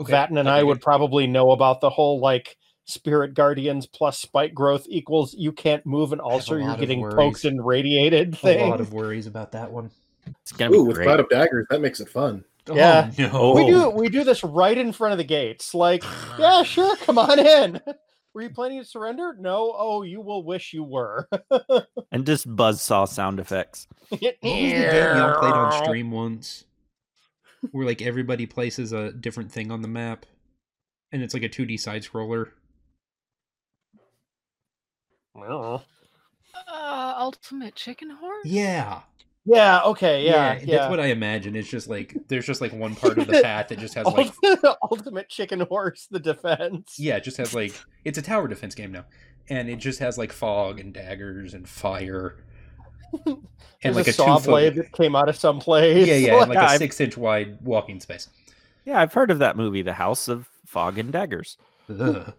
Okay,
Vatten and
okay,
I
good.
would probably know about the whole like spirit guardians plus spike growth equals you can't move and also
lot
you're
of
getting
worries.
poked and radiated
A
thing.
lot of worries about that one.
It's going to
Ooh,
be
with
great.
cloud of daggers, that makes it fun.
Yeah.
Oh, no.
We do we do this right in front of the gates.
(sighs)
Like, yeah, sure, come on in. (laughs) Were you planning to surrender? No. Oh, you will wish you were. (laughs)
and just buzzsaw sound effects.
What was the game y'all played
(laughs)
on stream once? Where like everybody places a different thing on the map, and it's like a 2D side scroller.
Well,
Uh, ultimate chicken horn.
Yeah.
Yeah, okay, yeah. Yeah,
That's what I imagine. It's just like there's just like one part
(laughs)
of the path that just has like
Ultimate- (laughs) ultimate chicken horse, the defense.
yeah, it just has like it's a tower defense game now, and it just has like fog and daggers and fire, and
There's
like
a,
a,
saw
two-foot-
blade that came out of someplace.
Yeah, yeah,
(laughs)
and like
Yeah,
a
I've-
six inch wide walking space.
Yeah, I've heard of that movie, The House of Fog and Daggers.
Ugh.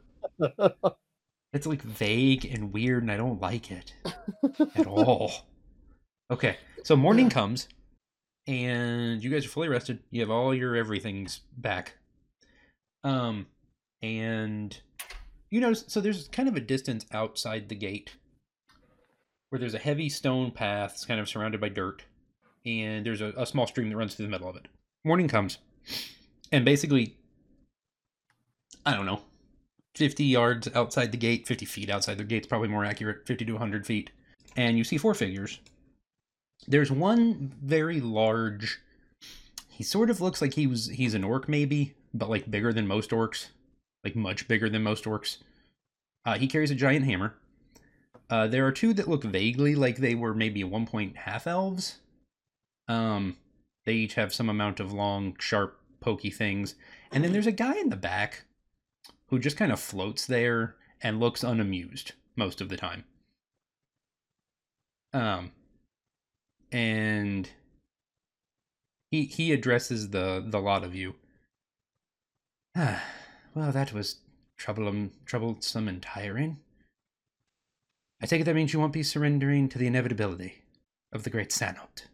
it's like vague and weird, and I don't like it at all. Okay, so morning comes, and you guys are fully rested. You have all your everything's back. Um, and you notice so there's kind of a distance outside the gate where there's a heavy stone path, it's kind of surrounded by dirt, and there's a, a small stream that runs through the middle of it. Morning comes, and basically I don't know, 50 yards outside the gate, 50 feet outside the gate's probably more accurate, 50 to 100 feet. And you see four figures. There's one very large. He sort of looks like he was he's an orc maybe, but like bigger than most orcs, like much bigger than most orcs. Uh, he carries a giant hammer. Uh, there are two that look vaguely like they were maybe at one point half elves. Um, they each have some amount of long, sharp, pokey things. And then there's a guy in the back who just kind of floats there and looks unamused most of the time. Um, and he he addresses the the lot of you. Ah, well, that was troublesome, troublesome and tiring. I take it that means you won't be surrendering to the inevitability of the great Sanot.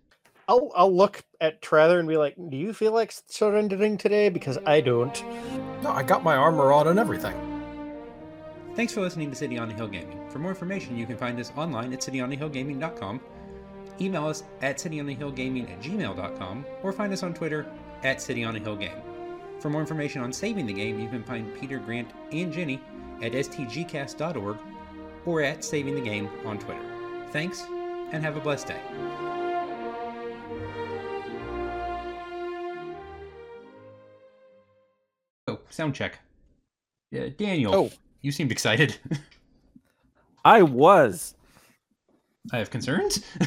I'll I'll look at Trather and be like, "Do you feel like surrendering today?" Because I don't.
No, I got my armor on and everything.
Thanks for listening to City on the Hill Gaming. For more information, you can find us online at cityonthehillgaming.com, email us at cityonthehillgaming at gmail.com, or find us on Twitter at cityonthehillgame. For more information on saving the game, you can find Peter, Grant, and Jenny at stgcast.org or at Saving the Game on Twitter. Thanks, and have a blessed day. Oh, sound check. Yeah, Daniel.
Oh.
you seemed excited. (laughs)
I was.
I have concerns. (laughs)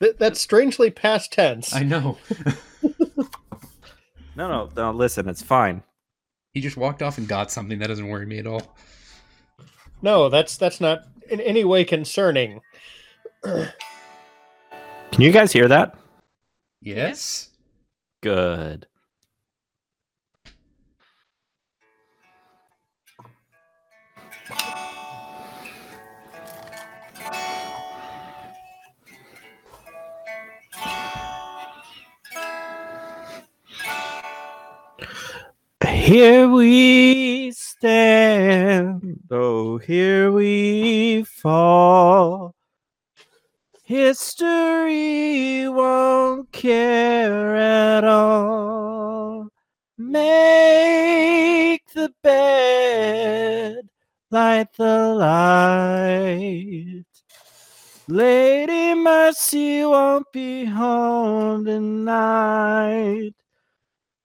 Th- that's strangely past tense.
I know.
No, no, no. Listen, it's fine.
He just walked off and got something that doesn't worry me at all.
No, that's that's not in any way concerning.
Can you guys hear that?
Yes.
Good. Here we stand, oh, here we fall. History won't care at all. Make the bed, light the light. Lady Mercy won't be home tonight.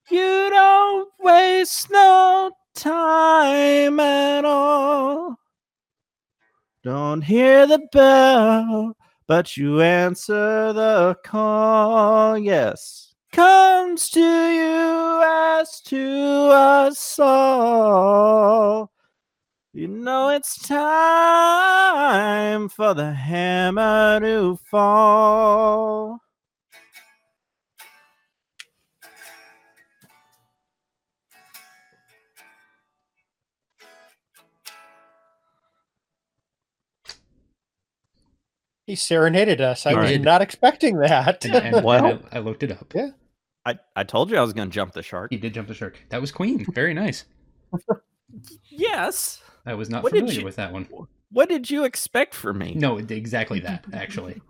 You don't waste no time at all. Don't hear the bell, but you answer the call. Yes. Comes to you as to us all. You know it's time for the hammer to fall.
He serenaded us. I was
Right.
not expecting that.
(laughs)
And,
(laughs)
and- and
Well-
I, I looked it up.
Yeah.
I, I told you I was going to jump the shark.
He did jump the shark. That was Queen. Very nice.
Yes.
I was not
What did
familiar
you-
with that one.
What did you expect from me?
No, it- exactly that. Actually.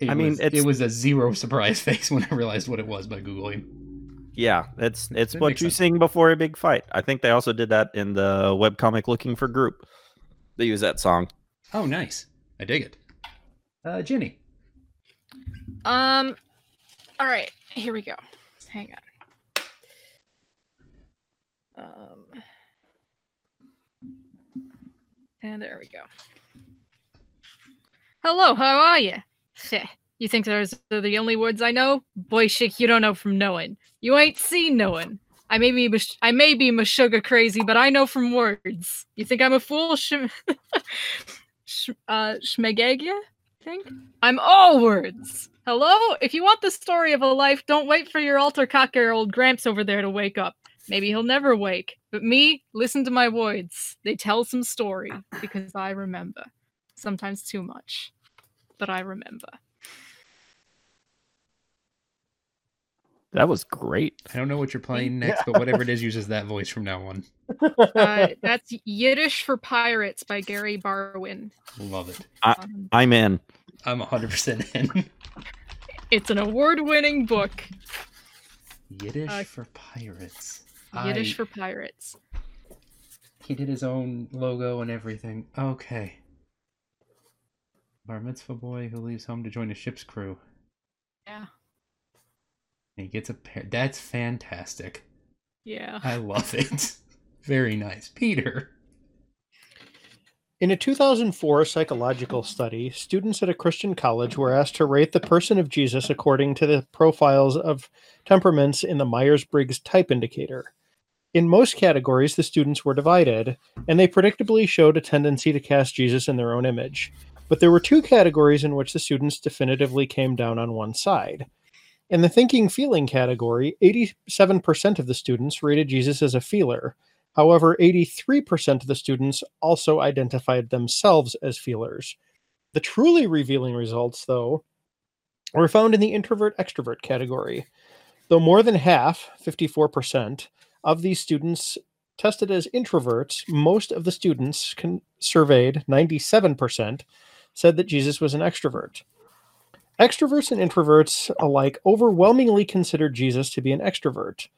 It
(laughs) I mean,
was,
it's-
it was a zero (laughs) surprise face when I realized what it was by googling.
Yeah, it's it's
That
what
makes
you
sense.
sing before a big fight. I think they also did that in the webcomic Looking for Group. They use that song.
Oh, nice. I dig it. Uh, Jenny.
Um, all right, here we go. Hang on. Um, and there we go. Hello, how are you? Heh, You think those are the only words I know? Boy, shit, you don't know from knowing. You ain't seen knowing. I may be mush- I may be mashuga crazy, but I know from words. You think I'm a fool, Shm (laughs) Sh- uh, Shmegagia? I think. I'm all words. Hello? If you want the story of a life, don't wait for your altar cocker old Gramps over there to wake up. Maybe he'll never wake. But me, listen to my words. They tell some story because I remember. Sometimes too much. But I
(laughs)
remember.
That was great.
I don't know what you're
(laughs)
playing next, but whatever it is, uses that voice from now on.
Uh, that's Yiddish for Pirates by Gary Barwin. Um,
Love it.
I, I'm in.
I'm 100% in. (laughs)
It's an award winning book.
Yiddish
Uh,
for pirates.
Yiddish
I-
for Pirates.
He did his own logo and everything. Okay. Bar mitzvah boy who leaves home to join a ship's crew.
Yeah.
And he gets a pair. That's fantastic.
Yeah.
I love it. (laughs) Very nice. Peter.
In a 2004 psychological study, students at a Christian college were asked to rate the person of Jesus according to the profiles of temperaments in the Myers Briggs type indicator. In most categories, the students were divided, and they predictably showed a tendency to cast Jesus in their own image. But there were two categories in which the students definitively came down on one side. In the thinking feeling category, 87% of the students rated Jesus as a feeler. However, 83% of the students also identified themselves as feelers. The truly revealing results, though, were found in the introvert extrovert category. Though more than half, 54%, of these students tested as introverts, most of the students con- surveyed, 97%, said that Jesus was an extrovert. Extroverts and introverts alike overwhelmingly considered Jesus to be an extrovert.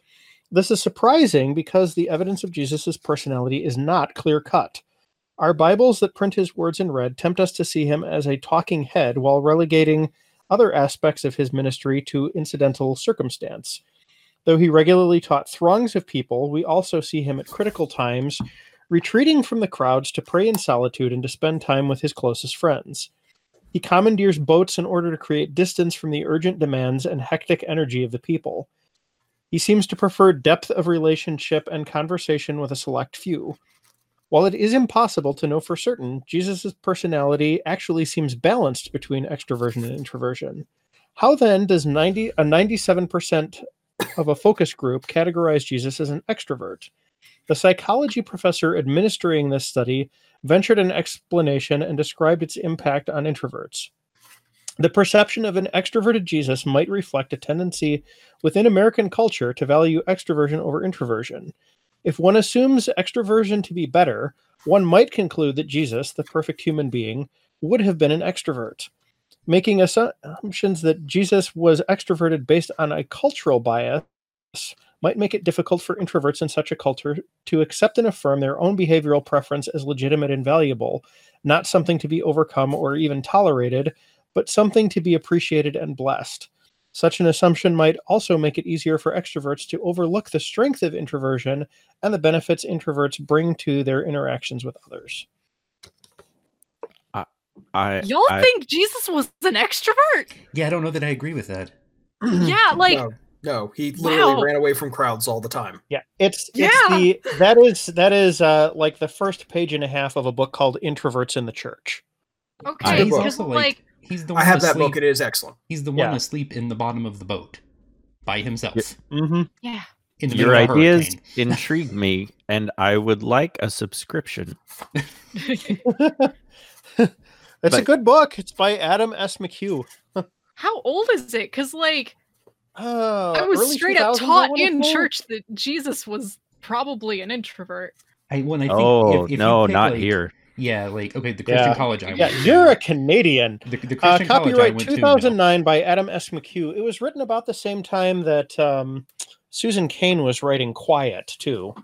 This is surprising because the evidence of Jesus' personality is not clear cut. Our Bibles that print his words in red tempt us to see him as a talking head while relegating other aspects of his ministry to incidental circumstance. Though he regularly taught throngs of people, we also see him at critical times retreating from the crowds to pray in solitude and to spend time with his closest friends. He commandeers boats in order to create distance from the urgent demands and hectic energy of the people. He seems to prefer depth of relationship and conversation with a select few. While it is impossible to know for certain, Jesus' personality actually seems balanced between extroversion and introversion. How then does 90, a 97% of a focus group categorize Jesus as an extrovert? The psychology professor administering this study ventured an explanation and described its impact on introverts. The perception of an extroverted Jesus might reflect a tendency within American culture to value extroversion over introversion. If one assumes extroversion to be better, one might conclude that Jesus, the perfect human being, would have been an extrovert. Making assumptions that Jesus was extroverted based on a cultural bias might make it difficult for introverts in such a culture to accept and affirm their own behavioral preference as legitimate and valuable, not something to be overcome or even tolerated, but something to be appreciated and blessed. Such an assumption might also make it easier for extroverts to overlook the strength of introversion and the benefits introverts bring to their interactions with others.
I, I
Y'all
I-
think Jesus was an
(clears throat)
extrovert?
Yeah, I don't know that I agree with that.
Yeah, like-
no, no, he literally
Wow.
ran away from crowds all the time.
Yeah, it's it's
Yeah.
the that is that is uh like the first page and a half of a book called Introverts in the Church.
Okay,
he's
because
also like,
like
he's the
I
one
have that
asleep.
book, it is excellent.
He's the one asleep in the bottom of the boat by himself.
Mm-hmm.
Yeah.
In the
Your
middle of a
ideas
hurricane. (laughs)
intrigue me, and I would like a subscription.
It's a
But-
good book. It's by Adam S. McHugh.
How old is it? Because like
Oh,
I was
early
straight up
2000s, I
taught
wanna
in
think.
church that Jesus was probably an introvert.
I, when I think
Oh,
if, if you
no,
pick,
not
like-
here.
Yeah, like okay, the
Yeah.
Christian college I
Yeah,
went to.
you're a Canadian.
The, the
Uh,
Christian college I
copyright
went to.
2009 by Adam S. McHugh. It was written about the same time that um, Susan Kane was writing Quiet too.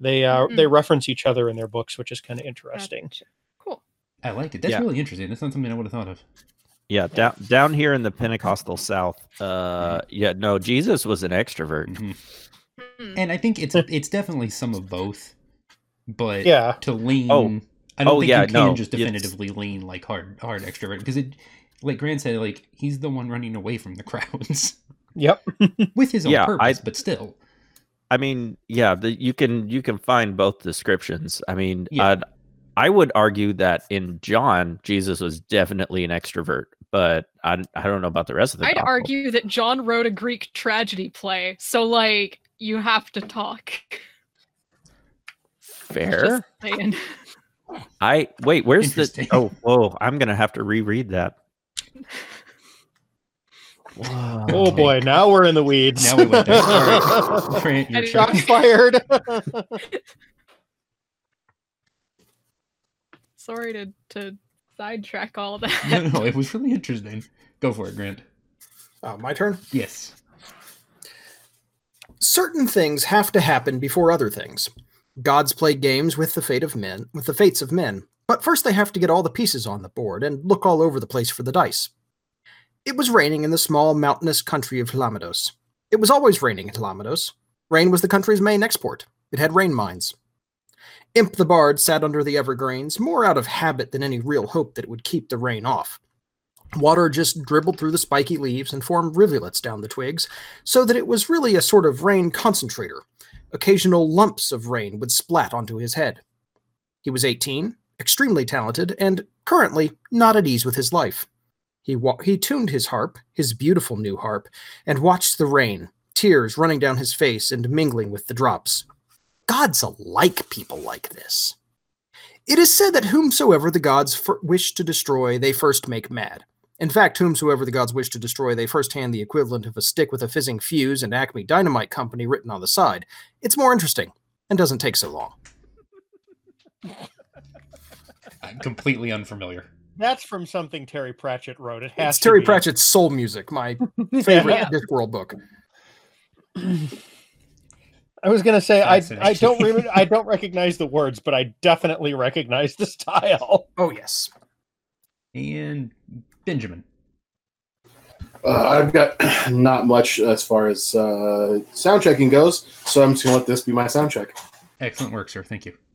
They uh,
Mhm.
they reference each other in their books, which is kind of interesting.
Cool.
I liked it. That's
Yeah.
really interesting. That's not something I would have thought of.
Yeah, down down here in the Pentecostal South. Uh, yeah, no, Jesus was an extrovert.
Mm-hmm.
Hmm.
And I think it's it's definitely some of both. But
Yeah.
to lean
Oh.
I don't
Oh,
think
yeah,
you can
no,
just
it's-
definitively lean like hard hard extrovert because it like Grant said, like he's the one running away from the (laughs) crowds.
Yep.
With his own
Yeah, I-
purpose, but still.
I mean, yeah, the, you can you can find both descriptions. I mean,
Yeah.
I'd, I would argue that in John, Jesus was definitely an extrovert, but I, I don't know about the rest of the.
I'd
gospel.
argue that John wrote a Greek tragedy play, so like you have to talk. (laughs)
fair.
Just saying.
I wait. Where's the?
Interesting.
Oh, whoa! I'm gonna have to reread that. Whoa.
Oh boy, now we're in the weeds.
Now we went
(laughs)
there. All right. Grant, your
Shot
turn.
fired.
Sorry to to sidetrack all that.
(laughs) No, no, it was really interesting. Go for it, Grant.
Oh, my turn.
Yes.
certain things have to happen before other things. Gods play games with the fate of men, with the fates of men. But first they have to get all the pieces on the board and look all over the place for the dice. It was raining in the small mountainous country of Lamados. It was always raining in Lamados. Rain was the country's main export. It had rain mines. Imp the Bard sat under the evergreens, more out of habit than any real hope that it would keep the rain off. Water just dribbled through the spiky leaves and formed rivulets down the twigs, so that it was really a sort of rain concentrator. Occasional lumps of rain would splat onto his head. He was 18, extremely talented, and currently not at ease with his life. He, wa- he tuned his harp, his beautiful new harp, and watched the rain, tears running down his face and mingling with the drops. Gods alike people like this. It is said that whomsoever the gods fir- wish to destroy, they first make mad. In fact, whomsoever the gods wish to destroy, they first hand the equivalent of a stick with a fizzing fuse and Acme Dynamite Company written on the side. It's more interesting and doesn't take so long.
I'm completely unfamiliar.
That's from something Terry Pratchett wrote. It has
It's
to
Terry
be.
Pratchett's Soul Music, my
(laughs)
favorite
Yeah.
Discworld book.
I was gonna say I I
Fascinating.
don't re- I don't recognize the words, but I definitely recognize the style.
Oh yes.
And Benjamin.
Uh, I've got (clears throat) not much as far as uh, sound checking goes, so I'm just gonna let this be my sound check.
Excellent work, sir. Thank you.